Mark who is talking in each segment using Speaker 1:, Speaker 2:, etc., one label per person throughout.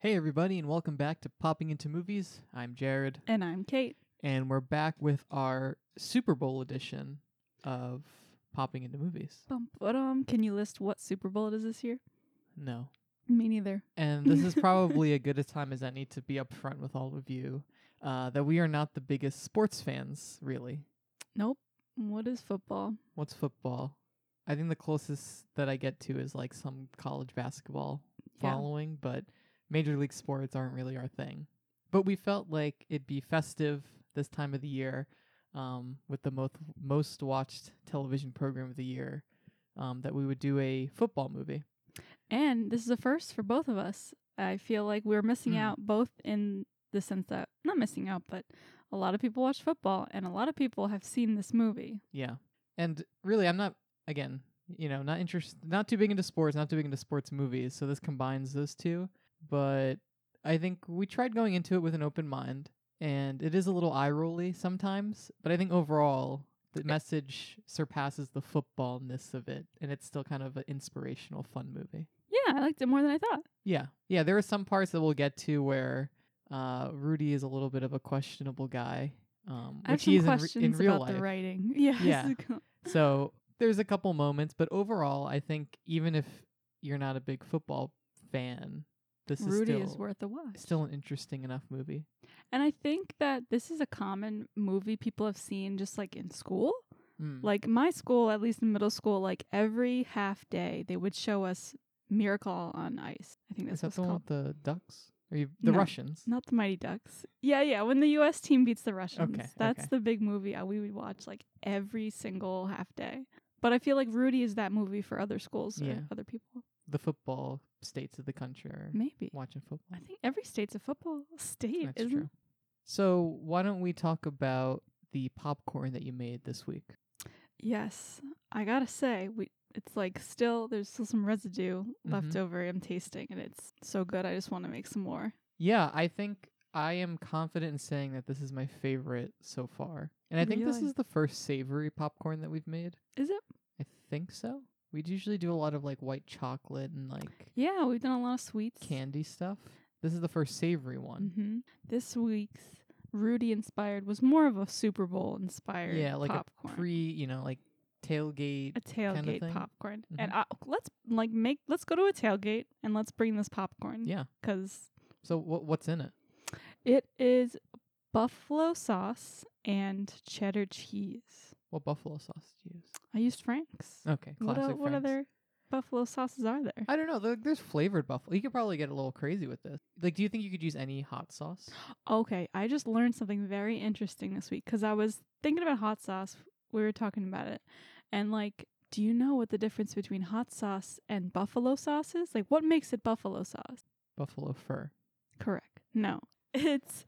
Speaker 1: Hey, everybody, and welcome back to Popping Into Movies. I'm Jared,
Speaker 2: And I'm Kate.
Speaker 1: and we're back with our Super Bowl edition of Popping Into Movies.
Speaker 2: Bum, ba-dum. Can you list what Super Bowl it is this year?
Speaker 1: No.
Speaker 2: Me neither.
Speaker 1: And this is probably a good a time as any to be upfront with all of you uh, that we are not the biggest sports fans, really.
Speaker 2: Nope. What is football?
Speaker 1: What's football? I think the closest that I get to is like some college basketball following, but major league sports aren't really our thing. But we felt like it'd be festive this time of the year um, with the most, most watched television program of the year um, that we would do a football movie.
Speaker 2: And this is a first for both of us. I feel like we're missing
Speaker 1: Mm.
Speaker 2: out both in the sense that not missing out, but a lot of people watch football and a lot of people have seen this movie.
Speaker 1: Yeah. And really, I'm not, again, you know, not interest, not too big into sports, not too big into sports movies. So this combines those two. But I think we tried going into it with an open mind, and it is a little eye rolly sometimes. But I think overall, the message surpasses the footballness of it, and it's still kind of an inspirational, fun movie.
Speaker 2: Yeah, I liked it more than I thought.
Speaker 1: Yeah. Yeah. There are some parts that we'll get to where uh, Rudy is a little bit of a questionable guy. Um,
Speaker 2: I have
Speaker 1: which
Speaker 2: some
Speaker 1: he is in re-
Speaker 2: questions
Speaker 1: in, real
Speaker 2: about
Speaker 1: life.
Speaker 2: the writing. Yeah.
Speaker 1: Yeah. So there's a couple moments, but overall, I think even if you're not a big football fan, this
Speaker 2: Rudy
Speaker 1: is
Speaker 2: is
Speaker 1: still
Speaker 2: worth a watch.
Speaker 1: still an interesting enough movie.
Speaker 2: And I think that this is a common movie people have seen just like in school.
Speaker 1: Mm.
Speaker 2: Like my school, at least in middle school, like every half day they would show us Miracle on Ice. I think
Speaker 1: is
Speaker 2: that's
Speaker 1: that
Speaker 2: what's
Speaker 1: the one
Speaker 2: called.
Speaker 1: with the ducks? Are you the
Speaker 2: No.
Speaker 1: Russians?
Speaker 2: Not the Mighty Ducks. Yeah, yeah. When the U.S. team beats the Russians,
Speaker 1: Okay,
Speaker 2: that's
Speaker 1: okay.
Speaker 2: the big movie I, we would watch like every single half day. But I feel like Rudy is that movie for other schools or
Speaker 1: Yeah.
Speaker 2: other people.
Speaker 1: The football states of the country are
Speaker 2: Maybe
Speaker 1: watching football.
Speaker 2: I think every state's a football state,
Speaker 1: That's
Speaker 2: isn't?
Speaker 1: true. So why don't we talk about the popcorn that you made this week?
Speaker 2: Yes, I gotta say, we it's like still there's still some residue left
Speaker 1: Mhm.
Speaker 2: over. I'm tasting, and it's so good. I just want to make some more.
Speaker 1: Yeah, I think I am confident in saying that this is my favorite so far. And I think this
Speaker 2: Really?
Speaker 1: is the first savory popcorn that we've made.
Speaker 2: Is it?
Speaker 1: I think so. We'd usually do a lot of like white chocolate and like
Speaker 2: Yeah, we've done a lot of sweets.
Speaker 1: candy stuff. This is the first savory one.
Speaker 2: hmm This week's Rudy inspired was more of a Super Bowl inspired.
Speaker 1: Yeah, like
Speaker 2: popcorn.
Speaker 1: a pre, you know, like tailgate.
Speaker 2: a tailgate
Speaker 1: thing. Mm-hmm.
Speaker 2: popcorn. And I, let's like make let's go to a tailgate and let's bring this popcorn.
Speaker 1: Yeah.
Speaker 2: because
Speaker 1: So what what's in it?
Speaker 2: it is buffalo sauce and cheddar cheese.
Speaker 1: What buffalo sauce do you use?
Speaker 2: I used Frank's.
Speaker 1: Okay,
Speaker 2: what
Speaker 1: Oh, classic
Speaker 2: o- what
Speaker 1: Frank's.
Speaker 2: other buffalo sauces are there?
Speaker 1: I don't know. there- There's flavored buffalo. You could probably get a little crazy with this. Like, do you think you could use any hot sauce?
Speaker 2: Okay, I just learned something very interesting this week because I was thinking about hot sauce. We were talking about it. And, like, do you know what the difference between hot sauce and buffalo sauce is? Like, what makes it buffalo sauce?
Speaker 1: Buffalo fur.
Speaker 2: Correct. No. It's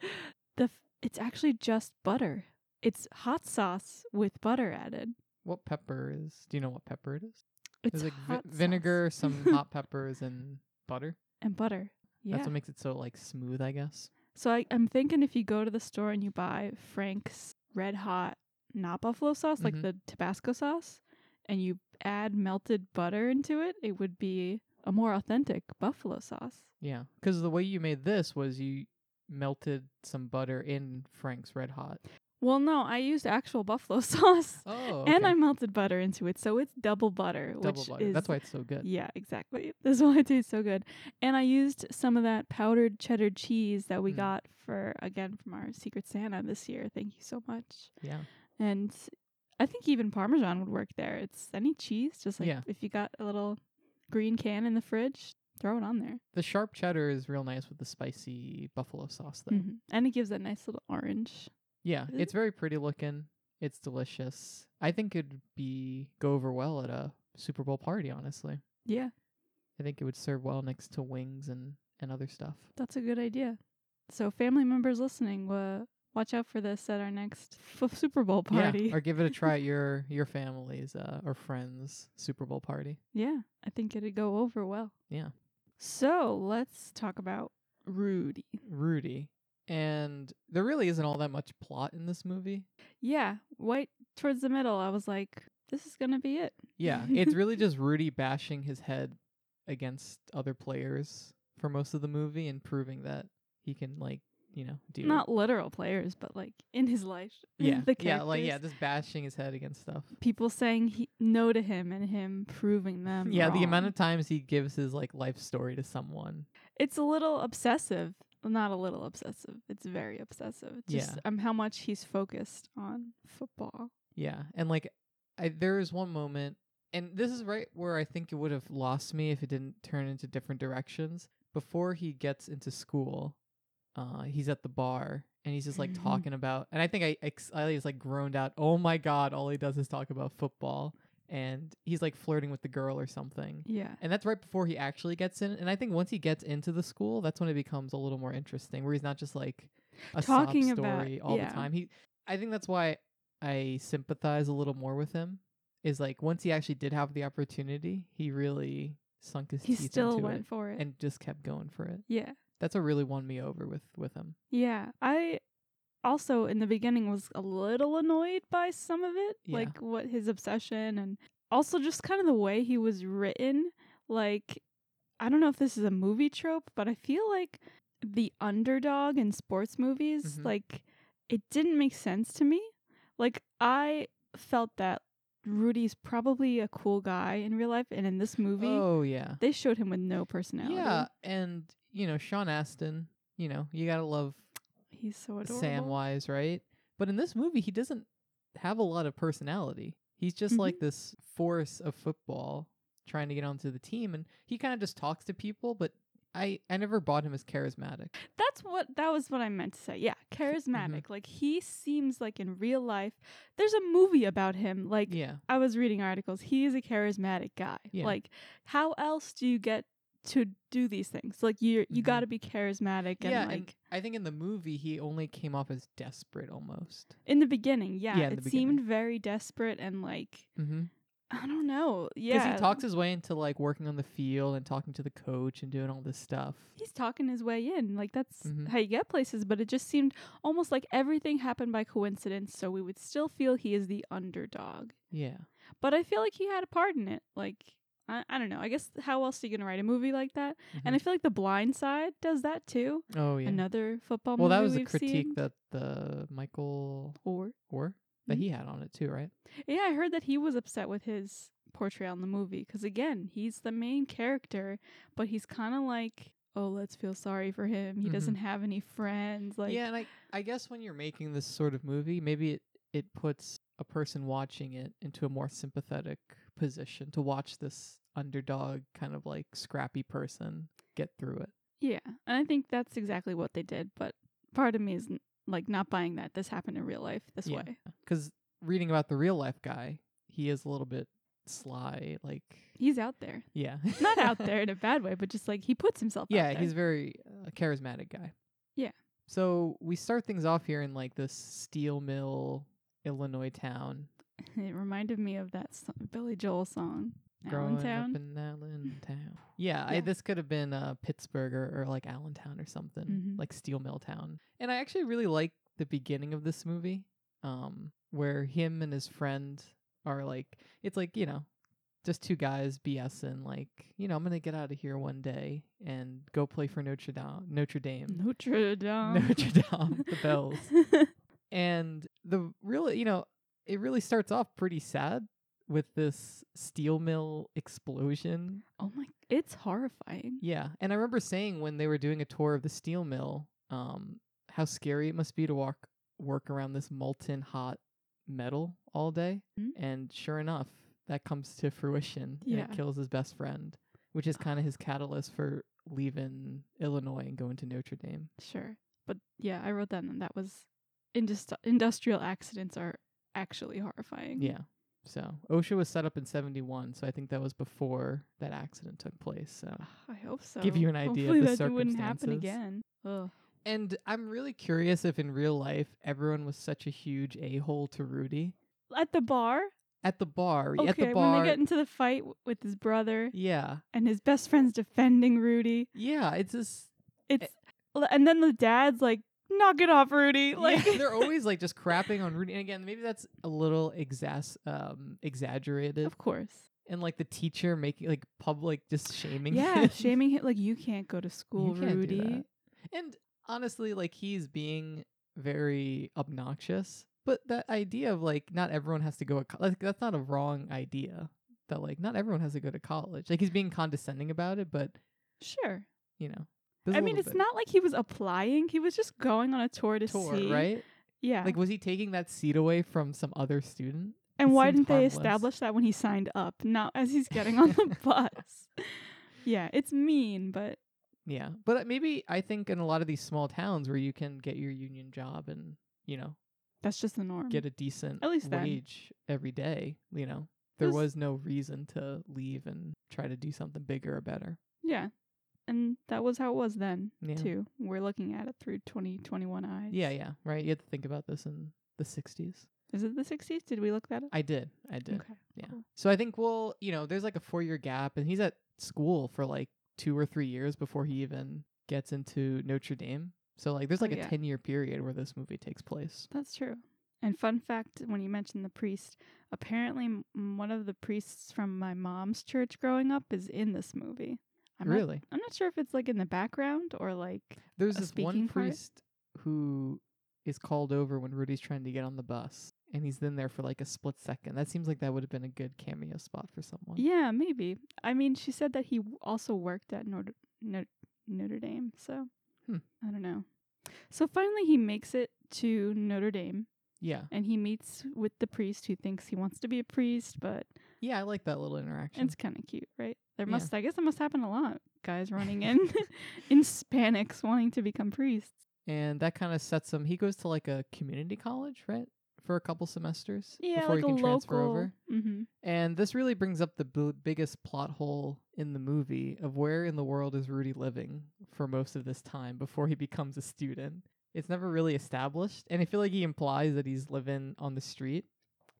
Speaker 2: the f- it's actually just butter. It's hot sauce with butter added.
Speaker 1: What pepper is? Do you know what pepper it is?
Speaker 2: It's
Speaker 1: There's like vi-
Speaker 2: hot sauce
Speaker 1: vinegar, some hot peppers, and butter.
Speaker 2: and butter. Yeah.
Speaker 1: That's what makes it so like smooth, I guess.
Speaker 2: So I, I'm thinking if you go to the store and you buy Frank's Red Hot, not buffalo sauce,
Speaker 1: Mhm.
Speaker 2: like the Tabasco sauce, and you add melted butter into it, it would be a more authentic buffalo sauce.
Speaker 1: Yeah, because the way you made this was you melted some butter in Frank's Red Hot.
Speaker 2: Well, no, I used actual buffalo sauce
Speaker 1: Oh,
Speaker 2: and I melted butter into it, so it's double butter,
Speaker 1: double
Speaker 2: which
Speaker 1: butter.
Speaker 2: is
Speaker 1: That's why it's so good.
Speaker 2: yeah, exactly. That's why it tastes so good. And I used some of that powdered cheddar cheese that we
Speaker 1: Mm.
Speaker 2: got for again from our Secret Santa this year. Thank you so much.
Speaker 1: Yeah,
Speaker 2: And I think even Parmesan would work there. It's any cheese, just like
Speaker 1: Yeah.
Speaker 2: if you got a little green can in the fridge, throw it on there.
Speaker 1: the sharp cheddar is real nice with the spicy buffalo sauce, though.
Speaker 2: Mhm. And it gives that nice little orange.
Speaker 1: Yeah,
Speaker 2: Is
Speaker 1: it's very pretty looking. It's delicious. I think it'd be go over well at a Super Bowl party. Honestly,
Speaker 2: Yeah,
Speaker 1: I think it would serve well next to wings and and other stuff.
Speaker 2: that's a good idea. So, family members listening, uh, watch out for this at our next f- Super Bowl party.
Speaker 1: Yeah, or give it a try at your your family's uh, or friends' Super Bowl party.
Speaker 2: yeah, I think it'd go over well.
Speaker 1: Yeah.
Speaker 2: So, let's talk about Rudy.
Speaker 1: Rudy. And there really isn't all that much plot in this movie.
Speaker 2: Yeah, right towards the middle, I was like, this is going to be it.
Speaker 1: Yeah, it's really just Rudy bashing his head against other players for most of the movie and proving that he can like you know do
Speaker 2: Not literal players, but like in his life.
Speaker 1: yeah
Speaker 2: the
Speaker 1: yeah like yeah
Speaker 2: characters.
Speaker 1: just bashing his head against stuff.
Speaker 2: People saying he, no to him and him proving them.
Speaker 1: yeah, the amount
Speaker 2: wrong.
Speaker 1: of times he gives his like life story to someone.
Speaker 2: it's a little obsessive. Not a little obsessive. It's very obsessive. It's Just
Speaker 1: Yeah.
Speaker 2: um, how much he's focused on football.
Speaker 1: Yeah, and like I there is one moment, and this is right where I think it would have lost me if it didn't turn into different directions. Before he gets into school, uh, he's at the bar and he's just like
Speaker 2: Mhm.
Speaker 1: talking about, and I think I ex- I just like groaned out, "Oh my god!" All he does is talk about football, and he's like flirting with the girl or something.
Speaker 2: Yeah.
Speaker 1: And that's right before he actually gets in. And I think once he gets into the school, that's when it becomes a little more interesting, where he's not just like a
Speaker 2: Talking
Speaker 1: sob
Speaker 2: about-
Speaker 1: story all
Speaker 2: yeah.
Speaker 1: the time. He, I think that's why I sympathize a little more with him. Is like once he actually did have the opportunity, he really sunk his
Speaker 2: He
Speaker 1: teeth
Speaker 2: still
Speaker 1: into
Speaker 2: went
Speaker 1: it
Speaker 2: for it.
Speaker 1: and just kept going for it.
Speaker 2: yeah.
Speaker 1: That's what really won me over with with him.
Speaker 2: Yeah. I also in the beginning was a little annoyed by some of it,
Speaker 1: Yeah.
Speaker 2: like what his obsession and also just kind of the way he was written. Like I don't know if this is a movie trope, but I feel like the underdog in sports movies,
Speaker 1: Mhm.
Speaker 2: like it didn't make sense to me. Like I felt that Rudy's probably a cool guy in real life and in this movie
Speaker 1: Oh yeah,
Speaker 2: they showed him with no personality.
Speaker 1: yeah, and you know Sean Astin. You know you gotta love
Speaker 2: He's so adorable.
Speaker 1: Samwise, right? But in this movie, he doesn't have a lot of personality. He's
Speaker 2: Mm-hmm.
Speaker 1: just like this force of football trying to get onto the team, and he kind of just talks to people. But I, I never bought him as charismatic.
Speaker 2: That's what that was what I meant to say. Yeah,
Speaker 1: mm-hmm.
Speaker 2: charismatic. Like he seems like in real life. There's a movie about him. Like
Speaker 1: Yeah,
Speaker 2: I was reading articles. He is a charismatic guy.
Speaker 1: Yeah.
Speaker 2: Like how else do you get to do these things? Like you you
Speaker 1: Mhm.
Speaker 2: got to be charismatic and
Speaker 1: yeah.
Speaker 2: like
Speaker 1: and I think in the movie, he only came off as desperate, almost.
Speaker 2: in the beginning, yeah,
Speaker 1: Yeah, in
Speaker 2: it
Speaker 1: the beginning.
Speaker 2: seemed very desperate and like
Speaker 1: Mm-hmm.
Speaker 2: I don't know.
Speaker 1: Because
Speaker 2: Yeah.
Speaker 1: he talks his way into like working on the field and talking to the coach and doing all this stuff.
Speaker 2: He's talking his way in. Like that's
Speaker 1: Mhm.
Speaker 2: how you get places, but it just seemed almost like everything happened by coincidence, so we would still feel he is the underdog.
Speaker 1: Yeah,
Speaker 2: But I feel like he had a part in it. Like I, I don't know. I guess how else are you gonna write a movie like that? And I feel like The Blind Side does that too.
Speaker 1: Mm-hmm. oh Mm. yeah.
Speaker 2: Another football
Speaker 1: well,
Speaker 2: movie
Speaker 1: that was the
Speaker 2: we've
Speaker 1: critique
Speaker 2: seen.
Speaker 1: that the Michael
Speaker 2: or
Speaker 1: Orr that
Speaker 2: Mhm.
Speaker 1: he had on it too, right?
Speaker 2: yeah, I heard that he was upset with his portrayal in the movie because again, he's the main character, but he's kind of like, oh, let's feel sorry for him. He
Speaker 1: Mhm.
Speaker 2: doesn't have any friends. Like
Speaker 1: yeah, and I I guess when you're making this sort of movie, maybe it it puts a person watching it into a more sympathetic position to watch this underdog kind of like scrappy person get through it.
Speaker 2: Yeah, and I think that's exactly what they did. But part of me is n- like not buying that this happened in real life this
Speaker 1: Yeah.
Speaker 2: way.
Speaker 1: 'Cause reading about the real life guy, he is a little bit sly, like
Speaker 2: He's out there,
Speaker 1: yeah,
Speaker 2: not out there in a bad way, but just like he puts himself. out
Speaker 1: yeah,
Speaker 2: there.
Speaker 1: he's very uh, charismatic guy.
Speaker 2: Yeah.
Speaker 1: So we start things off here in like this steel mill, Illinois town.
Speaker 2: It reminded me of that so- Billy Joel song,
Speaker 1: growing up
Speaker 2: Allentown.
Speaker 1: in Allentown. Yeah, I,
Speaker 2: Yeah.
Speaker 1: this could have been uh, Pittsburgh or, or like Allentown or something,
Speaker 2: Mhm.
Speaker 1: like Steel Mill Town. And I actually really like the beginning of this movie, um, where him and his friend are like, it's like you know, just two guys BSing, like you know, I'm gonna get out of here one day and go play for Notre Dame, Notre Dame,
Speaker 2: Notre Dame.
Speaker 1: Notre Dame, the Bells and the really you know it really starts off pretty sad with this steel mill explosion
Speaker 2: oh my, it's horrifying.
Speaker 1: yeah and i remember saying when they were doing a tour of the steel mill um how scary it must be to walk work around this molten hot metal all day
Speaker 2: Mm.
Speaker 1: and sure enough that comes to fruition and
Speaker 2: Yeah.
Speaker 1: it kills his best friend which is kind of his catalyst for leaving illinois and going to notre dame
Speaker 2: Sure, but yeah, I wrote that, and that was indust- industrial accidents are actually horrifying.
Speaker 1: Yeah. So OSHA was set up in 71, so I think that was before that accident took place. So
Speaker 2: Ah, I hope so.
Speaker 1: Give you an idea of
Speaker 2: Hopefully
Speaker 1: the
Speaker 2: that wouldn't happen
Speaker 1: circumstances.
Speaker 2: again. Ugh.
Speaker 1: and I'm really curious if in real life everyone was such a huge a-hole to Rudy
Speaker 2: At the bar?
Speaker 1: at the bar,
Speaker 2: Okay,
Speaker 1: at the bar.
Speaker 2: when they get into the fight w- with his brother
Speaker 1: yeah.
Speaker 2: and his best friend's defending Rudy.
Speaker 1: Yeah, it's just
Speaker 2: It's Eh, l- and then the dad's like, "Knock it off, Rudy!" Like,
Speaker 1: like they're always like just crapping on Rudy. And again, maybe that's a little exas- um exaggerated,
Speaker 2: of course.
Speaker 1: and like the teacher making like public just shaming
Speaker 2: yeah,
Speaker 1: him.
Speaker 2: shaming him like you can't go to school,
Speaker 1: You can't do
Speaker 2: Rudy.
Speaker 1: that. and honestly like he's being very obnoxious but that idea of like not everyone has to go to co- like that's not a wrong idea that like not everyone has to go to college like he's being condescending about it but
Speaker 2: Sure.
Speaker 1: you know there's a
Speaker 2: I mean,
Speaker 1: little
Speaker 2: it's
Speaker 1: bit
Speaker 2: not like he was applying. He was just going on a tour to
Speaker 1: tour
Speaker 2: see.
Speaker 1: right
Speaker 2: Yeah.
Speaker 1: like was he taking that seat away from some other student
Speaker 2: and
Speaker 1: it
Speaker 2: why
Speaker 1: seems
Speaker 2: didn't they
Speaker 1: harmless.
Speaker 2: establish that when he signed up, not as he's getting on the bus? Yeah, it's mean, but
Speaker 1: Yeah, but uh, maybe I think in a lot of these small towns where you can get your union job and you know
Speaker 2: that's just the norm.
Speaker 1: get a decent
Speaker 2: Mm-hmm. At least then.
Speaker 1: wage every day, you know there
Speaker 2: There's-
Speaker 1: was no reason to leave and try to do something bigger or better.
Speaker 2: Yeah. And that was how it was then,
Speaker 1: Yeah.
Speaker 2: too. We're looking at it through 2021 eyes.
Speaker 1: Yeah, yeah, right. You have to think about this in the '60s.
Speaker 2: Is it the 60s? Did we look that up?
Speaker 1: I did, I did.
Speaker 2: Okay.
Speaker 1: Yeah.
Speaker 2: cool.
Speaker 1: So I think we'll, you know, there's like a four year gap, and he's at school for like two or three years before he even gets into Notre Dame. So like, there's
Speaker 2: Oh,
Speaker 1: like a
Speaker 2: yeah.
Speaker 1: ten year period where this movie takes place.
Speaker 2: That's true. And fun fact when you mentioned the priest, apparently m- one of the priests from my mom's church growing up is in this movie. I'm Not,
Speaker 1: really?
Speaker 2: I'm not sure if it's like in the background or like.
Speaker 1: There's
Speaker 2: a
Speaker 1: this one
Speaker 2: speaking part?
Speaker 1: priest who is called over when Rudy's trying to get on the bus, and he's in there for like a split second. That seems like that would have been a good cameo spot for someone.
Speaker 2: Yeah, maybe. I mean, she said that he w- also worked at Notre, Notre, Notre Dame, so
Speaker 1: Hmm.
Speaker 2: I don't know. So finally, he makes it to Notre Dame
Speaker 1: yeah,
Speaker 2: and he meets with the priest who thinks he wants to be a priest, but
Speaker 1: yeah. I like that little interaction.
Speaker 2: It's kind of cute, right? There
Speaker 1: Yeah.
Speaker 2: must, I guess, it must happen a lot. Guys running in, in Hispanics wanting to become priests.
Speaker 1: and that kind of sets him. He goes to like a community college, right, for a couple semesters
Speaker 2: Yeah,
Speaker 1: before
Speaker 2: like
Speaker 1: he can
Speaker 2: a
Speaker 1: transfer
Speaker 2: local.
Speaker 1: over.
Speaker 2: Mm-hmm.
Speaker 1: And this really brings up the b- biggest plot hole in the movie of where in the world is Rudy living for most of this time before he becomes a student. It's never really established, and I feel like he implies that he's living on the street.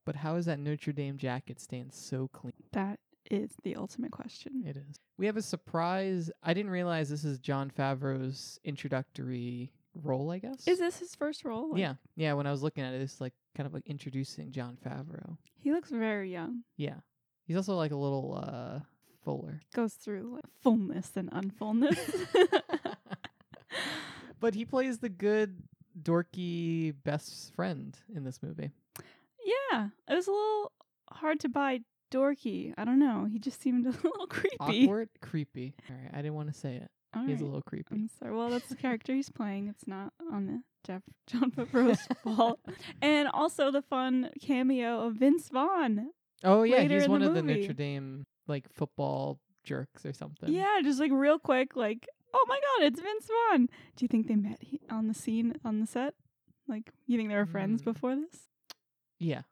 Speaker 1: But how is that Notre Dame jacket staying so clean?
Speaker 2: That is the ultimate question.
Speaker 1: It is. We have a surprise. I didn't realize this is John Favreau's introductory role, I guess.
Speaker 2: Is this his first role? Like,
Speaker 1: yeah. Yeah, when I was looking at it, it's like kind of like introducing John Favreau.
Speaker 2: He looks very young.
Speaker 1: Yeah. He's also like a little uh fuller.
Speaker 2: Goes through like fullness and unfullness.
Speaker 1: but he plays the good dorky best friend in this movie.
Speaker 2: yeah, it was a little hard to buy dorky. I don't know. He just seemed a little creepy.
Speaker 1: Awkward, creepy. All right, I didn't want to say it.
Speaker 2: All
Speaker 1: He's a
Speaker 2: right.
Speaker 1: little creepy.
Speaker 2: I'm sorry. Well, that's the character he's playing. It's not on the Jeff John Favreau's fault. And also the fun cameo of Vince Vaughn.
Speaker 1: oh yeah,
Speaker 2: later
Speaker 1: he's
Speaker 2: in
Speaker 1: one
Speaker 2: the
Speaker 1: of the
Speaker 2: movie.
Speaker 1: Notre Dame like football jerks or something.
Speaker 2: Yeah, just like real quick, like, oh my god, it's Vince Vaughn. Do you think they met he- on the scene on the set? Like, you think they were friends
Speaker 1: Mm.
Speaker 2: before this?
Speaker 1: Yeah.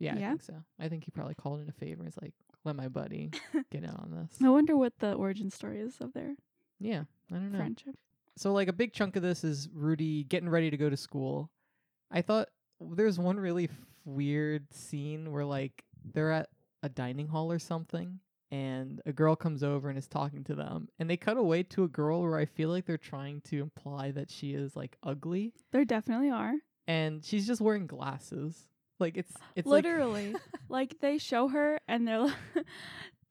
Speaker 1: Yeah, I
Speaker 2: Yeah?
Speaker 1: think so. I think he probably called in a favor. He's like, let my buddy get in on
Speaker 2: I
Speaker 1: this.
Speaker 2: wonder what the origin story is of their
Speaker 1: Yeah, I don't know.
Speaker 2: friendship.
Speaker 1: So like a big chunk of this is Rudy getting ready to go to school. I thought there's one really f- weird scene where like they're at a dining hall or something and a girl comes over and is talking to them and they cut away to a girl where I feel like they're trying to imply that she is like ugly
Speaker 2: There definitely are.
Speaker 1: and she's just wearing glasses. Like it's it's like-
Speaker 2: Literally. Like, they show her and they're like,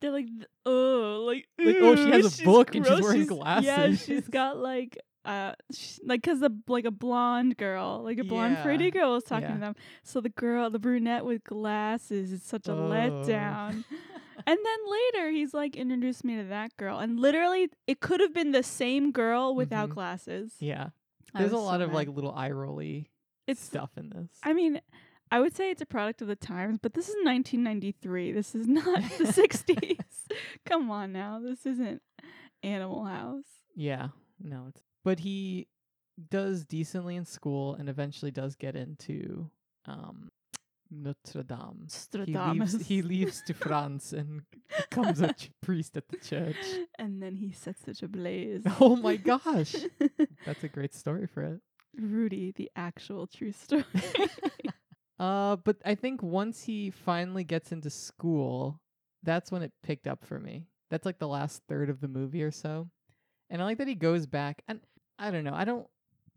Speaker 2: they're like, oh, like,
Speaker 1: Like, oh, she
Speaker 2: "Ew,
Speaker 1: has a
Speaker 2: she's
Speaker 1: book and she's
Speaker 2: gross,
Speaker 1: wearing
Speaker 2: Yeah,
Speaker 1: glasses."
Speaker 2: she's got like, uh, sh like, cause the like a blonde girl, like a blonde
Speaker 1: Yeah.
Speaker 2: pretty girl was talking
Speaker 1: Yeah.
Speaker 2: to them. So the girl, the brunette with glasses, is such a
Speaker 1: Oh.
Speaker 2: letdown. And then later he's like, introduced me to that girl, and literally it could have been the same girl without
Speaker 1: Mhm.
Speaker 2: glasses.
Speaker 1: yeah.
Speaker 2: I
Speaker 1: There's a
Speaker 2: was so
Speaker 1: lot of
Speaker 2: mad.
Speaker 1: like little eye rolly
Speaker 2: it's
Speaker 1: stuff in this.
Speaker 2: I mean, I would say it's a product of the times, but this is 1993. This is not the 60s. Come on now. This isn't Animal House.
Speaker 1: Yeah, no, it's but he does decently in school and eventually does get into um Notre Dame. He leaves, he leaves to France and becomes a ch- priest at the church.
Speaker 2: And then he sets it ablaze.
Speaker 1: Oh my gosh, that's a great story for it.
Speaker 2: Rudy, the actual true story.
Speaker 1: Uh, but I think once he finally gets into school, that's when it picked up for me. That's like the last third of the movie or so. And I like that he goes back and I don't know, I don't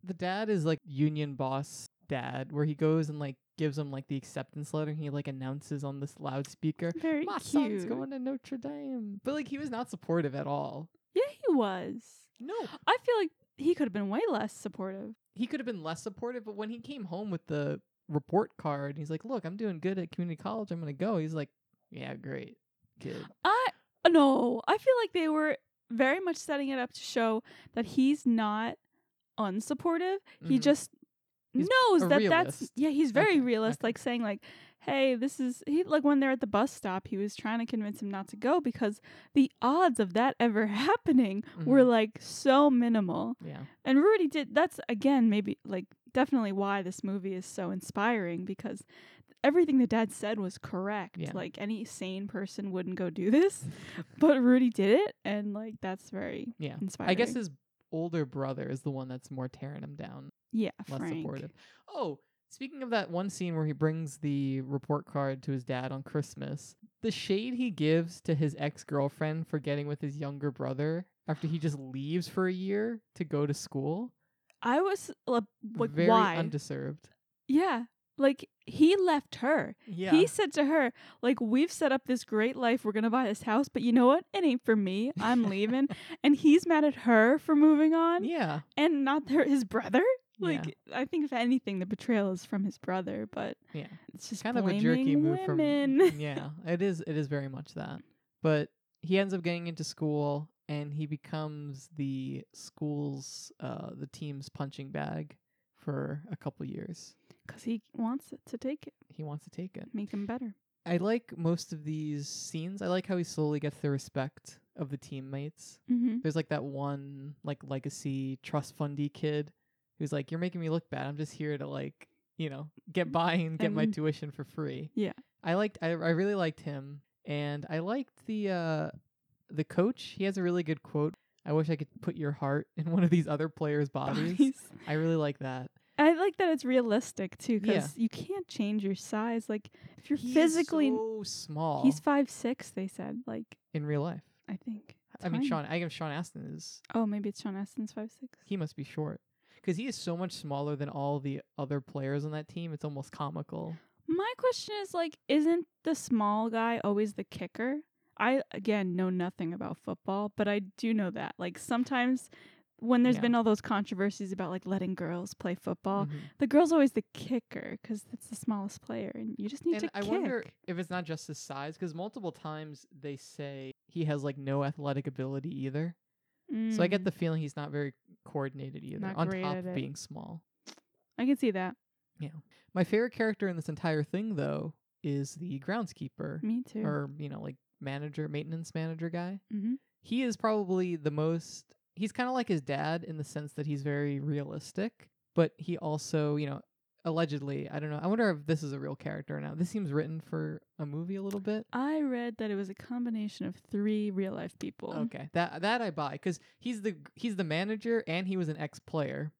Speaker 1: the dad is like union boss dad where he goes and like gives him like the acceptance letter and he like announces on this loudspeaker
Speaker 2: Very
Speaker 1: my son's
Speaker 2: cute.
Speaker 1: going to Notre Dame. But like he was not supportive at all.
Speaker 2: yeah, he was.
Speaker 1: No.
Speaker 2: I feel like he could have been way less supportive.
Speaker 1: He could have been less supportive, but when he came home with the report card, he's like, Look, I'm doing good at community college, I'm gonna go. He's like, Yeah, great, kid.
Speaker 2: I no, I feel like they were very much setting it up to show that he's not unsupportive. He
Speaker 1: Mhm.
Speaker 2: just
Speaker 1: He's a
Speaker 2: knows that that's
Speaker 1: realist.
Speaker 2: yeah. He's very
Speaker 1: Okay,
Speaker 2: realist,
Speaker 1: okay.
Speaker 2: like saying like, "Hey, this is he." Like when they're at the bus stop, he was trying to convince him not to go because the odds of that ever happening were
Speaker 1: Mhm.
Speaker 2: like so minimal.
Speaker 1: Yeah.
Speaker 2: And Rudy did. That's again, maybe like definitely why this movie is so inspiring because everything the dad said was correct.
Speaker 1: Yeah.
Speaker 2: Like any sane person wouldn't go do this, but Rudy did it, and like that's very
Speaker 1: Yeah.
Speaker 2: inspiring.
Speaker 1: I guess his older brother is the one that's more tearing him down,
Speaker 2: yeah,
Speaker 1: less
Speaker 2: Frank.
Speaker 1: supportive. Oh, speaking of that one scene where he brings the report card to his dad on Christmas, the shade he gives to his ex girlfriend for getting with his younger brother after he just leaves for a year to go to school,
Speaker 2: I was like, like
Speaker 1: very
Speaker 2: why?
Speaker 1: undeserved.
Speaker 2: yeah, like he left her.
Speaker 1: Yeah.
Speaker 2: He said to her, like, we've set up this great life. We're going to buy this house, but you know what? It ain't for me. I'm leaving. and he's mad at her for moving on
Speaker 1: yeah.
Speaker 2: and not her, his brother.
Speaker 1: Yeah.
Speaker 2: Like, I think if anything, the betrayal is from his brother, but
Speaker 1: Yeah.
Speaker 2: it's just
Speaker 1: kind of a jerky move from
Speaker 2: women.
Speaker 1: yeah it is it is very much that but he ends up getting into school and he becomes the school's uh the team's punching bag for a couple years
Speaker 2: because he wants it to take it,
Speaker 1: he wants to take it
Speaker 2: make him better.
Speaker 1: i like most of these scenes i like how he slowly gets the respect of the teammates
Speaker 2: Mm-hmm.
Speaker 1: there's like that one like legacy trust fundy kid who's like you're making me look bad i'm just here to like you know get by and get my
Speaker 2: And-
Speaker 1: tuition for free
Speaker 2: Yeah.
Speaker 1: i liked i, I really liked him and i liked the uh the coach he has a really good quote i wish i could put your heart in one of these other players
Speaker 2: Oh,
Speaker 1: bodies
Speaker 2: Bodies.
Speaker 1: i really like that
Speaker 2: I like that it's realistic too, because
Speaker 1: Yeah.
Speaker 2: you can't change your size. Like, if you're
Speaker 1: He is
Speaker 2: physically,
Speaker 1: so small
Speaker 2: he's five six. They said, like,
Speaker 1: in real life
Speaker 2: I think.
Speaker 1: i mean
Speaker 2: Tiny.
Speaker 1: sean i guess sean astin is
Speaker 2: Oh, maybe it's Sean Astin's five six.
Speaker 1: he must be short because he is so much smaller than all the other players on that team it's almost comical
Speaker 2: My question is like, isn't the small guy always the kicker? I again know nothing about football, but I do know that like sometimes when there's
Speaker 1: Yeah.
Speaker 2: been all those controversies about like letting girls play football,
Speaker 1: Mhm.
Speaker 2: the girl's always the kicker because that's the smallest player, and you just need
Speaker 1: and
Speaker 2: to
Speaker 1: I
Speaker 2: kick.
Speaker 1: wonder if it's not just his size, because multiple times they say he has like no athletic ability either. So I get
Speaker 2: Mm,
Speaker 1: the feeling he's not very coordinated either,
Speaker 2: Not
Speaker 1: on
Speaker 2: great
Speaker 1: top
Speaker 2: at
Speaker 1: of
Speaker 2: it.
Speaker 1: being small.
Speaker 2: I can see that.
Speaker 1: My favorite character in this entire thing, though, is the groundskeeper
Speaker 2: Me too.
Speaker 1: or you know like manager, maintenance manager guy.
Speaker 2: Mhm.
Speaker 1: He is probably the most. He's kind of like his dad in the sense that he's very realistic, but he also you know. Allegedly, I don't know. I wonder if this is a real character or not. This seems written for a movie a little bit.
Speaker 2: I read that it was a combination of three real life people.
Speaker 1: Okay, that that I buy because he's the he's the manager and he was an ex player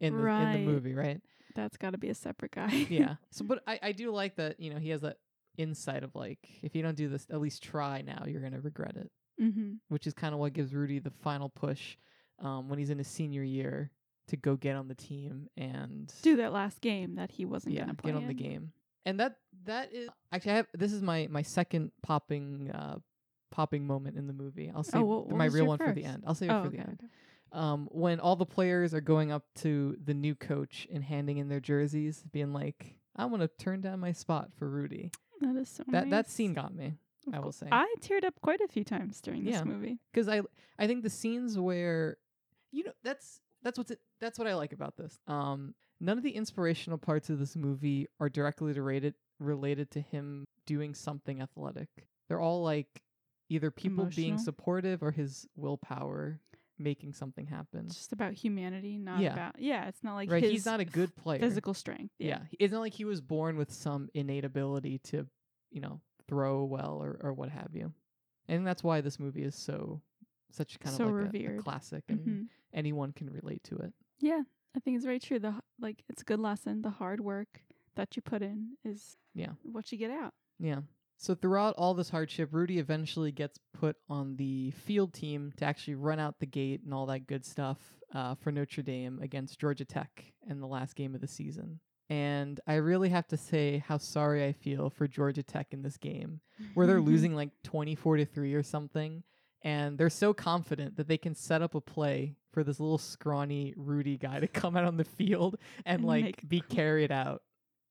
Speaker 1: in the, in
Speaker 2: Right.
Speaker 1: the movie, right?
Speaker 2: That's got to be a separate guy.
Speaker 1: Yeah. so, but I I do like that you know he has that insight of like if you don't do this at least try now you're gonna regret it,
Speaker 2: mm-hmm.
Speaker 1: which is kind of what gives Rudy the final push um, when he's in his senior year to go get on the team and
Speaker 2: Do that last game that he wasn't
Speaker 1: yeah
Speaker 2: gonna play
Speaker 1: get on the
Speaker 2: in.
Speaker 1: game. And that that is actually I have this is my my second popping uh popping moment in the movie. I'll save
Speaker 2: Oh, what- what
Speaker 1: my
Speaker 2: was
Speaker 1: real
Speaker 2: your
Speaker 1: one for the
Speaker 2: first?
Speaker 1: end. I'll save
Speaker 2: Oh,
Speaker 1: it for
Speaker 2: okay,
Speaker 1: the end.
Speaker 2: okay.
Speaker 1: um, when all the players are going up to the new coach and handing in their jerseys, being like, "I'm gonna turn down my spot for Rudy."
Speaker 2: That is so
Speaker 1: That that
Speaker 2: nice.
Speaker 1: scene got me,
Speaker 2: Of
Speaker 1: I
Speaker 2: cour-
Speaker 1: will say,
Speaker 2: I teared up quite a few times during
Speaker 1: Yeah.
Speaker 2: this movie.
Speaker 1: because I I think the scenes where, you know, that's that's what's it, that's what I like about this. Um, none of the inspirational parts of this movie are directly related related to him doing something athletic. They're all like either people being
Speaker 2: Emotional?
Speaker 1: supportive or his willpower making something happen.
Speaker 2: It's just about humanity, not
Speaker 1: Yeah.
Speaker 2: about yeah. It's not like
Speaker 1: right?
Speaker 2: his
Speaker 1: He's not a good player.
Speaker 2: physical strength.
Speaker 1: Yeah. he- It's not like he was born with some innate ability to, you know, throw well or, or what have you. And that's why this movie is so, such kind
Speaker 2: So
Speaker 1: of like a- A,
Speaker 2: revered.
Speaker 1: classic and
Speaker 2: hmm
Speaker 1: anyone can relate to it.
Speaker 2: yeah. I think it's very true. The h- like it's a good lesson. The hard work that you put in is
Speaker 1: Yeah.
Speaker 2: what you get out.
Speaker 1: Yeah. So throughout all this hardship, Rudy eventually gets put on the field team to actually run out the gate and all that good stuff uh, for Notre Dame against Georgia Tech in the last game of the season. And I really have to say how sorry I feel for Georgia Tech in this game, where
Speaker 2: Mm-hmm.
Speaker 1: they're losing like 24 to 3 or something. And they're so confident that they can set up a play for this little scrawny Rudy guy to come out on the field and,
Speaker 2: And
Speaker 1: like
Speaker 2: make-
Speaker 1: be carried out.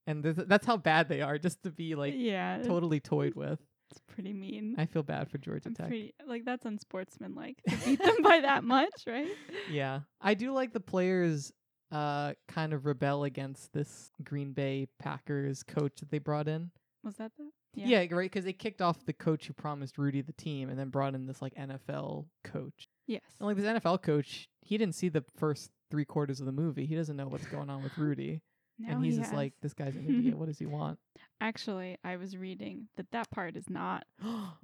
Speaker 1: And th- that's how bad they are, just to be like
Speaker 2: yeah,
Speaker 1: totally toyed with.
Speaker 2: it's pretty mean.
Speaker 1: I feel bad for Georgia
Speaker 2: I'm
Speaker 1: Tech.
Speaker 2: pretty like that's unsportsmanlike to beat them by that much, right?
Speaker 1: Yeah. I do like the players uh kind of rebel against this Green Bay Packers coach that they brought in.
Speaker 2: Was that that?
Speaker 1: Yeah, right, 'cause right, cuz they kicked off the coach who promised Rudy the team and then brought in this like NFL coach.
Speaker 2: Yes.
Speaker 1: And like this NFL coach, he didn't see the first 3 quarters of the movie. He doesn't know what's going on with Rudy
Speaker 2: Now
Speaker 1: and he's
Speaker 2: he
Speaker 1: just
Speaker 2: has-
Speaker 1: like this guy's an idiot. What does he want?
Speaker 2: Actually, I was reading that that part is not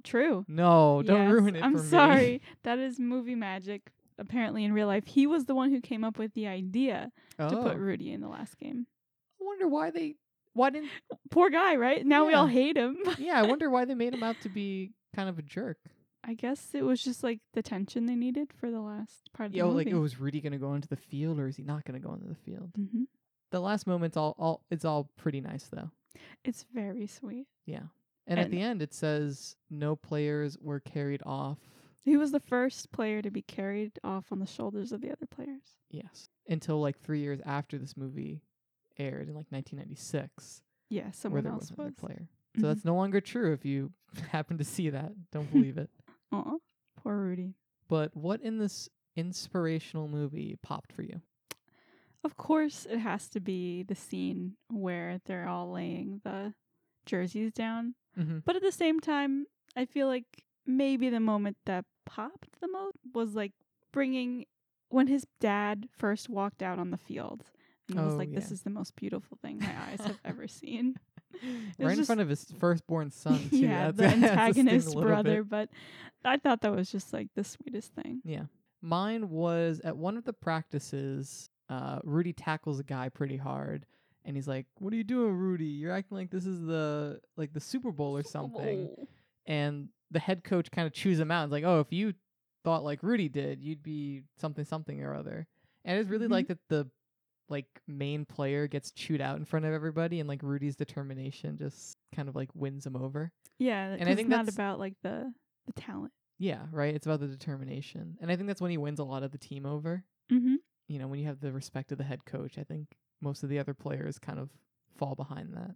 Speaker 2: true.
Speaker 1: no, Oh, don't
Speaker 2: Yes,
Speaker 1: ruin it
Speaker 2: I'm
Speaker 1: for me.
Speaker 2: sorry. That is movie magic. Apparently, in real life, he was the one who came up with the idea
Speaker 1: oh.
Speaker 2: to put Rudy in the last game.
Speaker 1: I wonder why they why didn't
Speaker 2: Poor guy, right? Now we all
Speaker 1: Yeah.
Speaker 2: hate him.
Speaker 1: Yeah, I wonder why they made him out to be kind of a jerk.
Speaker 2: I guess it was just like the tension they needed for the last part of
Speaker 1: Yo,
Speaker 2: the
Speaker 1: like,
Speaker 2: movie.
Speaker 1: oh, is Rudy gonna go into the field or is he not gonna go into the field?
Speaker 2: hmm
Speaker 1: The last moment's all, all it's all pretty nice though.
Speaker 2: It's very sweet.
Speaker 1: Yeah. And, at
Speaker 2: And-
Speaker 1: the end, it says no players were carried off.
Speaker 2: He was the first player to be carried off on the shoulders of the other players.
Speaker 1: Yes, until like three years after this movie aired in like 1996,
Speaker 2: Yeah,
Speaker 1: where
Speaker 2: someone
Speaker 1: there
Speaker 2: else
Speaker 1: wasn't
Speaker 2: was. Mm-hmm.
Speaker 1: a player. So that's no longer true. If you happen to see that, don't believe it.
Speaker 2: Aw, Uh-uh. poor Rudy.
Speaker 1: But what in this inspirational movie popped for you?
Speaker 2: Of course, it has to be the scene where they're all laying the jerseys down.
Speaker 1: Mm-hmm.
Speaker 2: But at the same time, I feel like maybe the moment that popped the most was like bringing when his dad first walked out on the field and was
Speaker 1: Oh,
Speaker 2: like, "This
Speaker 1: yeah.
Speaker 2: is the most beautiful thing my eyes have ever seen." was
Speaker 1: Right in
Speaker 2: just-
Speaker 1: front of his firstborn son, too.
Speaker 2: yeah,
Speaker 1: That's-
Speaker 2: the
Speaker 1: that's a sting a
Speaker 2: antagonist's
Speaker 1: little bit.
Speaker 2: brother. But I thought that was just like the sweetest thing.
Speaker 1: Mine was at one of the practices, uh, Rudy tackles a guy pretty hard and he's like, What are you doing, Rudy? You're acting like this is the like the Super Bowl or something. And the head coach kind of chews him out and like, Oh, if you thought like Rudy did, you'd be something something or other. And it's really
Speaker 2: Mhm.
Speaker 1: like that the like main player gets chewed out in front of everybody and like Rudy's determination just kind of like wins him over.
Speaker 2: Yeah,
Speaker 1: And I
Speaker 2: 'cause
Speaker 1: think
Speaker 2: it's not
Speaker 1: that's-
Speaker 2: about like the the talent.
Speaker 1: Yeah, right? It's about the determination. And I think that's when he wins a lot of the team over.
Speaker 2: Mm-hmm.
Speaker 1: you know, when you have the respect of the head coach, I think most of the other players kind of fall behind that.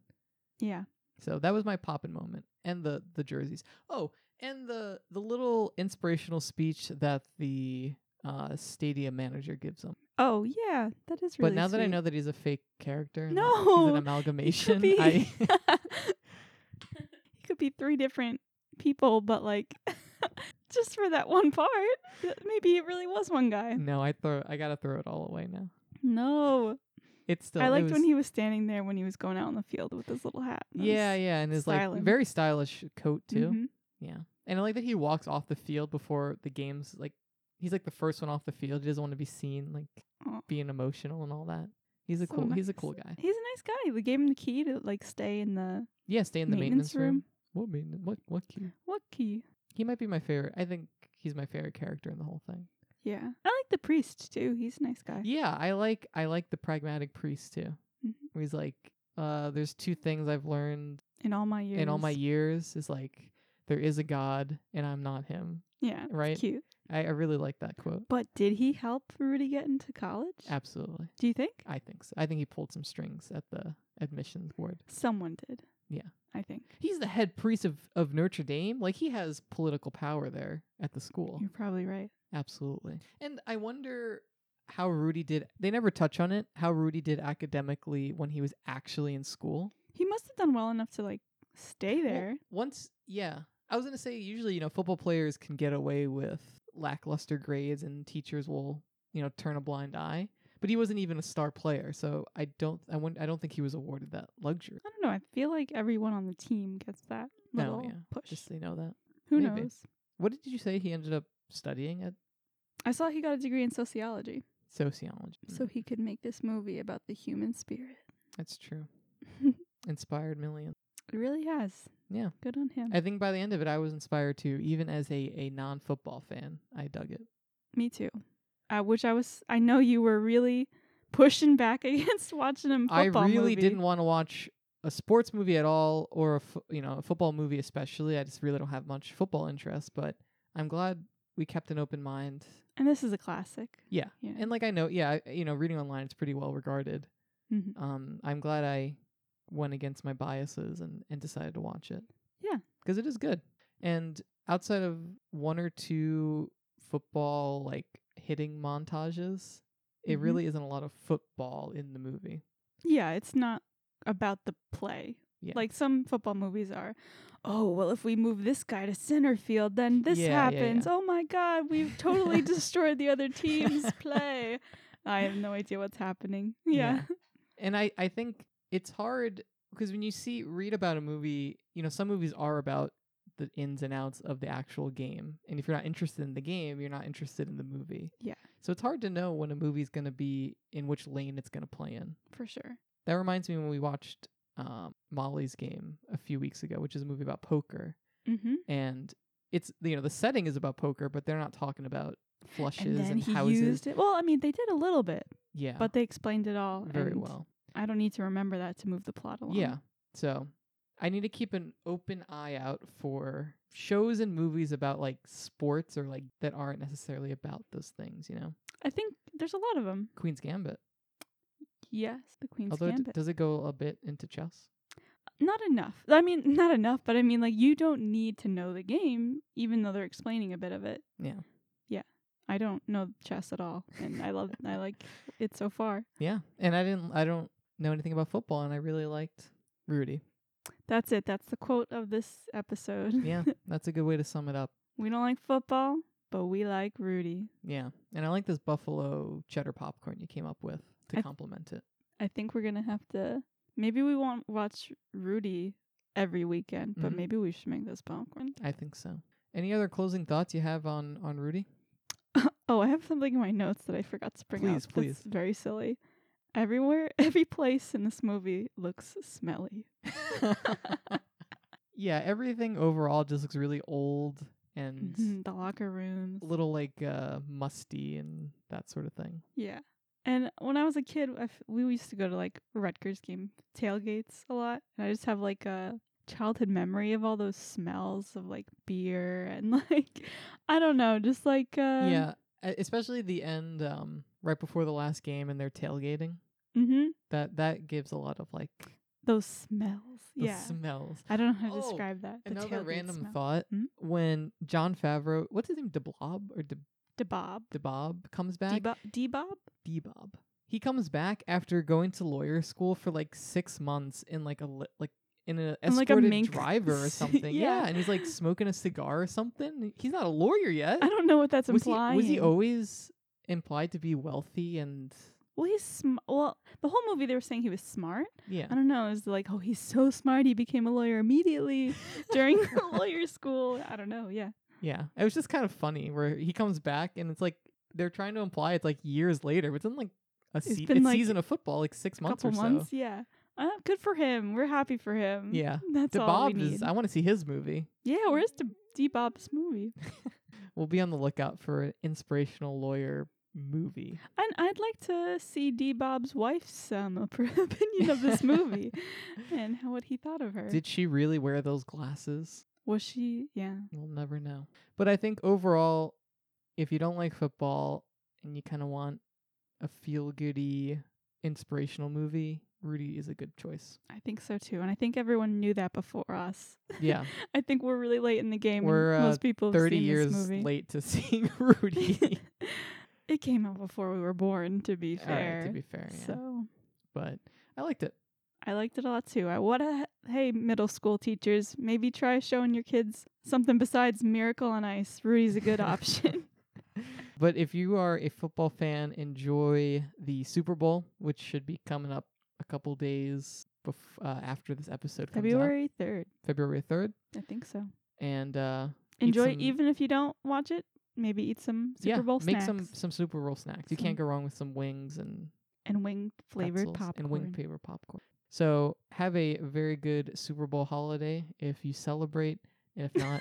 Speaker 2: Yeah.
Speaker 1: So that was my poppin' moment, and the the jerseys. Oh, and the the little inspirational speech that the uh, stadium manager gives him.
Speaker 2: Oh yeah, that is really.
Speaker 1: but now that I
Speaker 2: sweet.
Speaker 1: know that he's a fake character, and that he's
Speaker 2: No,
Speaker 1: an
Speaker 2: he
Speaker 1: amalgamation.
Speaker 2: He could
Speaker 1: I
Speaker 2: be, he could be three different people, but like just for that one part, th- maybe it really was one guy.
Speaker 1: no, I throw I gotta throw it all away now.
Speaker 2: No,
Speaker 1: It's still
Speaker 2: I
Speaker 1: it
Speaker 2: liked
Speaker 1: was-
Speaker 2: when he was standing there when he was going out on the field with his little hat. That
Speaker 1: Yeah,
Speaker 2: was-
Speaker 1: yeah, and his like
Speaker 2: styling.
Speaker 1: very stylish coat too.
Speaker 2: Mhm.
Speaker 1: Yeah. And I like that he walks off the field before the game's like he's like the first one off the field. He doesn't want to be seen like
Speaker 2: Aw.
Speaker 1: being emotional and all that. He's a
Speaker 2: So
Speaker 1: cool he's a
Speaker 2: nice.
Speaker 1: cool guy.
Speaker 2: He's a nice guy. We gave him the key to like stay in the
Speaker 1: Yeah, stay in the maintenance,
Speaker 2: Maintenance
Speaker 1: room.
Speaker 2: room?
Speaker 1: What maintenance what what key?
Speaker 2: what key?
Speaker 1: He might be my favorite. I think he's my favorite character in the whole thing.
Speaker 2: Yeah, I like the priest too. He's a nice guy.
Speaker 1: Yeah, I like I like the pragmatic priest too.
Speaker 2: Mhm.
Speaker 1: Where he's like, uh, there's two things I've learned
Speaker 2: In all my years,
Speaker 1: in all my years is like there is a God and I'm not him.
Speaker 2: yeah,
Speaker 1: Right?
Speaker 2: cute.
Speaker 1: I, I really like that quote.
Speaker 2: But did he help Rudy get into college?
Speaker 1: Absolutely.
Speaker 2: Do you think?
Speaker 1: I think so. I think he pulled some strings at the admissions board.
Speaker 2: Someone did.
Speaker 1: Yeah.
Speaker 2: I think.
Speaker 1: He's the head priest of, of Notre Dame. Like he has political power there at the school.
Speaker 2: You're probably right.
Speaker 1: Absolutely. And I wonder how Rudy did they never touch on it, how Rudy did academically when he was actually in school.
Speaker 2: He must have done well enough to like stay
Speaker 1: Well,
Speaker 2: there.
Speaker 1: once yeah. I was gonna say usually, you know, football players can get away with lackluster grades and teachers will, you know, turn a blind eye. But he wasn't even a star player, so I don't I wouldn't I don't think he was awarded that luxury.
Speaker 2: I don't know. I feel like everyone on the team gets that
Speaker 1: No,
Speaker 2: little
Speaker 1: Oh, yeah.
Speaker 2: push.
Speaker 1: Just so you know that.
Speaker 2: Who
Speaker 1: maybe.
Speaker 2: knows?
Speaker 1: What did you say he ended up studying at
Speaker 2: I saw he got a degree in sociology,
Speaker 1: sociology?
Speaker 2: so he could make this movie about the human spirit.
Speaker 1: that's true. Inspired millions.
Speaker 2: It really has.
Speaker 1: Yeah.
Speaker 2: Good on him.
Speaker 1: I think by the end of it, I was inspired too. Even as a, a non football fan, I dug it.
Speaker 2: Me too. Uh, which I was. I know you were really pushing back against watching him
Speaker 1: I
Speaker 2: football
Speaker 1: really
Speaker 2: movie.
Speaker 1: didn't want to watch a sports movie at all, or a fo- you know a football movie especially. I just really don't have much football interest, but I'm glad we kept an open mind.
Speaker 2: And this is a classic.
Speaker 1: Yeah,
Speaker 2: Yeah.
Speaker 1: and like I know, yeah, I- you know, reading online it's pretty well regarded.
Speaker 2: Mhm.
Speaker 1: Um, I'm glad I went against my biases and and decided to watch it.
Speaker 2: Yeah.
Speaker 1: because it is good. And outside of one or two football like hitting montages, it
Speaker 2: Mhm.
Speaker 1: really isn't a lot of football in the movie.
Speaker 2: Yeah, it's not about the play.
Speaker 1: Yeah.
Speaker 2: Like some football movies are, oh, well, if we move this guy to center field, then this
Speaker 1: Yeah, yeah,
Speaker 2: happens. Oh my God, we've totally destroyed the other team's play. I have no idea what's happening. Yeah.
Speaker 1: And I, I think it's hard because when you see read about a movie, you know, some movies are about the ins and outs of the actual game. And if you're not interested in the game, you're not interested in the movie.
Speaker 2: Yeah.
Speaker 1: So it's hard to know when a movie's going to be in which lane it's going to play in.
Speaker 2: for sure.
Speaker 1: That reminds me when we watched um, Molly's Game a few weeks ago, which is a movie about poker.
Speaker 2: Mm-hmm.
Speaker 1: And it's, you know, the setting is about poker, but they're not talking about flushes
Speaker 2: And
Speaker 1: and,
Speaker 2: then he
Speaker 1: houses.
Speaker 2: used it. Well, I mean, they did a little bit,
Speaker 1: yeah.
Speaker 2: but they explained it all
Speaker 1: very
Speaker 2: and
Speaker 1: well.
Speaker 2: I don't need to remember that to move the plot along.
Speaker 1: Yeah. So I need to keep an open eye out for shows and movies about like sports or like that aren't necessarily about those things, you know?
Speaker 2: I think there's a lot of them.
Speaker 1: Queen's Gambit.
Speaker 2: Yes, the Queen's
Speaker 1: Although, it d-
Speaker 2: Gambit.
Speaker 1: does it go a bit into chess?
Speaker 2: not enough. I mean, not enough, but I mean, like, you don't need to know the game, even though they're explaining a bit of it.
Speaker 1: Yeah.
Speaker 2: Yeah. I don't know chess at all, and I love, I like it so far.
Speaker 1: Yeah. And I didn't, I don't know anything about football and I really liked Rudy.
Speaker 2: That's it. That's the quote of this episode.
Speaker 1: Yeah. that's a good way to sum it up.
Speaker 2: we don't like football, but we like Rudy.
Speaker 1: Yeah. And I like this buffalo cheddar popcorn you came up with to
Speaker 2: I-
Speaker 1: complement it.
Speaker 2: I think we're gonna have to. Maybe we won't watch Rudy every weekend, but
Speaker 1: Mhm.
Speaker 2: maybe we should make this popcorn.
Speaker 1: I think so. Any other closing thoughts you have on on Rudy?
Speaker 2: Oh, I have something in my notes that I forgot to bring
Speaker 1: Please,
Speaker 2: up.
Speaker 1: please.
Speaker 2: That's very silly. Everywhere, every place in this movie looks smelly.
Speaker 1: yeah, everything overall just looks really old and
Speaker 2: Mhm, the locker rooms.
Speaker 1: a little like uh, musty and that sort of thing.
Speaker 2: Yeah. And when I was a kid, I f- we used to go to like Rutgers game tailgates a lot. And I just have like a childhood memory of all those smells of like beer and like, I don't know, just like, uh,
Speaker 1: yeah, e- especially the end um, right before the last game and they're tailgating.
Speaker 2: hmm
Speaker 1: That that gives a lot of like
Speaker 2: Those smells.
Speaker 1: the
Speaker 2: yeah.
Speaker 1: smells.
Speaker 2: I don't know how to
Speaker 1: Oh,
Speaker 2: describe that. The
Speaker 1: Another
Speaker 2: tailgate
Speaker 1: random
Speaker 2: smell.
Speaker 1: thought
Speaker 2: Hmm?
Speaker 1: when John Favreau, what's his name, DeBlob or De-
Speaker 2: DeBob.
Speaker 1: DeBob comes back,
Speaker 2: D-Bob. D-Bob?
Speaker 1: Debob. He comes back after going to lawyer school for like six months in like a li- like in an
Speaker 2: In, like, a
Speaker 1: escorted
Speaker 2: mink
Speaker 1: driver or
Speaker 2: suit,
Speaker 1: something. yeah.
Speaker 2: yeah.
Speaker 1: and he's like smoking a cigar or something. He's not a lawyer yet.
Speaker 2: I don't know what that's
Speaker 1: was he
Speaker 2: implying.
Speaker 1: was he always implied to be wealthy and
Speaker 2: well, he's sm- well. The whole movie they were saying he was smart.
Speaker 1: yeah
Speaker 2: I don't know. It was like, oh, he's so smart. He became a lawyer immediately during the lawyer school. I don't know. Yeah,
Speaker 1: yeah. It was just kind of funny where he comes back and it's like they're trying to imply it's like years later, but it's in like a
Speaker 2: It's
Speaker 1: se-
Speaker 2: been,
Speaker 1: it's
Speaker 2: like,
Speaker 1: season of football, like six months
Speaker 2: couple
Speaker 1: or so.
Speaker 2: months. Yeah, uh, good for him. We're happy for him.
Speaker 1: Yeah.
Speaker 2: that's all we
Speaker 1: DeBob
Speaker 2: need.
Speaker 1: is I want to see his movie.
Speaker 2: yeah, where's the D Bob's movie?
Speaker 1: We'll be on the lookout for an inspirational lawyer movie.
Speaker 2: And I'd like to see D Bob's wife's um, op- opinion of this movie and how what he thought of her.
Speaker 1: Did she really wear those glasses?
Speaker 2: was she? Yeah,
Speaker 1: We'll never know. But I think overall, if you don't like football and you kind of want a feel goody, inspirational movie, Rudy is a good choice.
Speaker 2: I think so too. And I think everyone knew that before us.
Speaker 1: Yeah,
Speaker 2: I think we're really late in the game. and
Speaker 1: We're, uh,
Speaker 2: most people have
Speaker 1: 30
Speaker 2: seen
Speaker 1: years
Speaker 2: this movie.
Speaker 1: late to seeing Rudy.
Speaker 2: it came out before we were born, to be
Speaker 1: All right,
Speaker 2: fair.
Speaker 1: to be fair, yeah.
Speaker 2: So
Speaker 1: But I liked it.
Speaker 2: I liked it a lot too. I what a hey, middle school teachers, maybe try showing your kids something besides Miracle on Ice. Rudy's a good option.
Speaker 1: But if you are a football fan, enjoy the Super Bowl, which should be coming up a couple days bef- uh, after this episode comes out,
Speaker 2: February third,
Speaker 1: February third.
Speaker 2: I think so.
Speaker 1: And uh, Eat
Speaker 2: Enjoy,
Speaker 1: some-
Speaker 2: even if you don't watch it. Maybe eat some Super
Speaker 1: yeah,
Speaker 2: Bowl
Speaker 1: make
Speaker 2: snacks
Speaker 1: some some Super Bowl snacks. You
Speaker 2: Some
Speaker 1: can't go wrong with some wings and
Speaker 2: and winged flavored
Speaker 1: pretzels
Speaker 2: popcorn.
Speaker 1: and wing flavor popcorn. So have a very good Super Bowl holiday if you celebrate, and if not,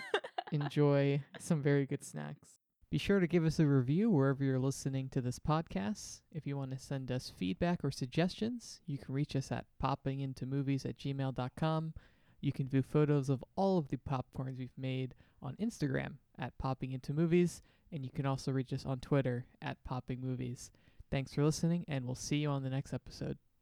Speaker 1: enjoy some very good snacks. Be sure to give us a review wherever you're listening to this podcast. If you want to send us feedback or suggestions, you can reach us at poppingintomovies at gmail.com. You can view photos of all of the popcorns we've made on Instagram at poppingintomovies, and you can also reach us on Twitter at poppingmovies. Thanks for listening, and we'll see you on the next episode.